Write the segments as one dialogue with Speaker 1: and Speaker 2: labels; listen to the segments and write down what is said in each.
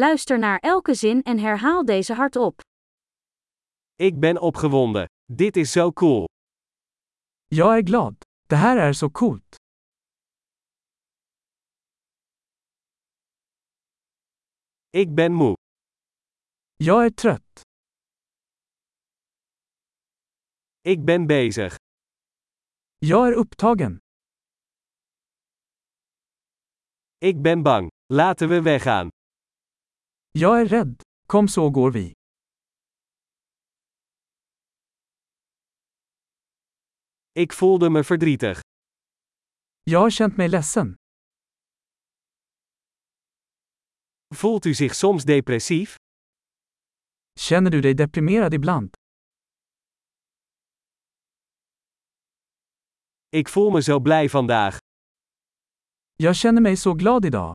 Speaker 1: Luister naar elke zin en herhaal deze hardop.
Speaker 2: Ik ben opgewonden. Dit is zo cool.
Speaker 3: Jag är glad. Det här är så coolt.
Speaker 2: Ik ben moe.
Speaker 3: Jag är trött.
Speaker 2: Ik ben bezig.
Speaker 3: Jag är upptagen.
Speaker 2: Ik ben bang. Laten we weggaan.
Speaker 3: Jag är rädd. Kom så går vi.
Speaker 2: Ik voelde me verdrietig.
Speaker 3: Jag har känt mig ledsen.
Speaker 2: Voelt u zich soms depressief?
Speaker 3: Känner du dig deprimerad ibland?
Speaker 2: Ik voel me zo blij vandaag.
Speaker 3: Jag känner mig så glad idag.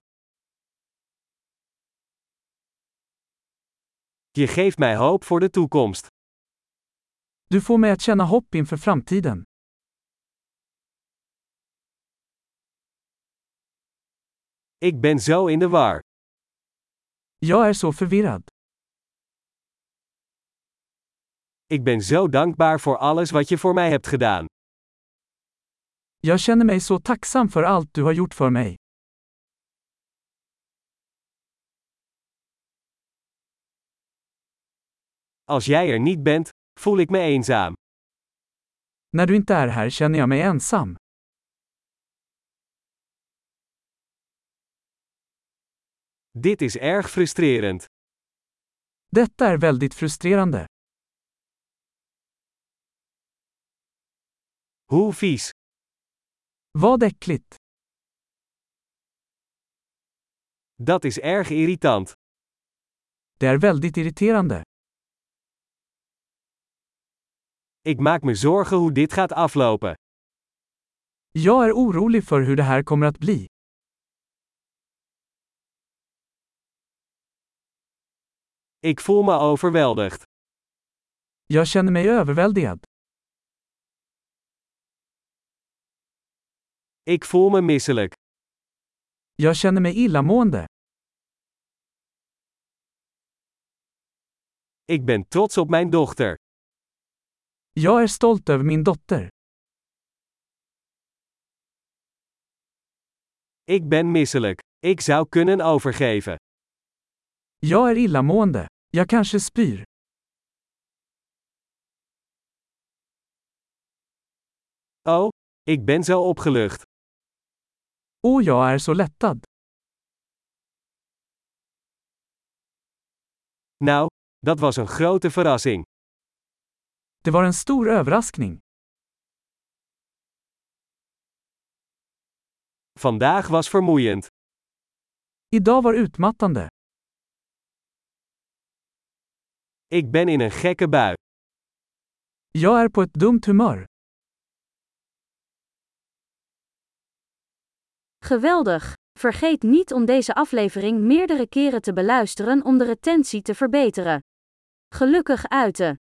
Speaker 2: Je geeft mij hoop voor de toekomst.
Speaker 3: Du får mig att känna hopp inför framtiden.
Speaker 2: Ik ben zo in de war.
Speaker 3: Jag är så förvirrad.
Speaker 2: Ik ben zo dankbaar voor alles wat je voor mij hebt gedaan.
Speaker 3: Jag känner mig så tacksam för allt du har gjort för mig.
Speaker 2: Als jij er niet bent, voel ik me eenzaam.
Speaker 3: När du inte är här känner jag mig ensam.
Speaker 2: Dit is erg frustrerend.
Speaker 3: Detta är väldigt frustrerande.
Speaker 2: Hoe vies.
Speaker 3: Vad äckligt.
Speaker 2: Dat is erg irritant.
Speaker 3: Det är väldigt irriterande.
Speaker 2: Ik maak me zorgen hoe dit gaat aflopen.
Speaker 3: Jag är orolig för hur det här kommer att bli.
Speaker 2: Ik voel me overweldigd.
Speaker 3: Jag känner mig överväldigad.
Speaker 2: Ik voel me misselijk.
Speaker 3: Jag känner mig illamående.
Speaker 2: Ik ben trots op mijn dochter.
Speaker 3: Jag är stolt över min dotter.
Speaker 2: Ik ben misselijk. Ik zou kunnen overgeven.
Speaker 3: Jag är illamående. Jag kanske spyr.
Speaker 2: Oh, ik ben zo opgelucht.
Speaker 3: Och jag är så lättad.
Speaker 2: Nou, dat was een grote verrassing.
Speaker 3: Det var en stor överraskning.
Speaker 2: Vandaag was vermoeiend.
Speaker 3: Idag var utmattande.
Speaker 2: Ik ben in een gekke bui.
Speaker 3: Jag är på ett dumt humör.
Speaker 1: Geweldig! Vergeet niet om deze aflevering meerdere keren te beluisteren om de retentie te verbeteren. Gelukkig uiten!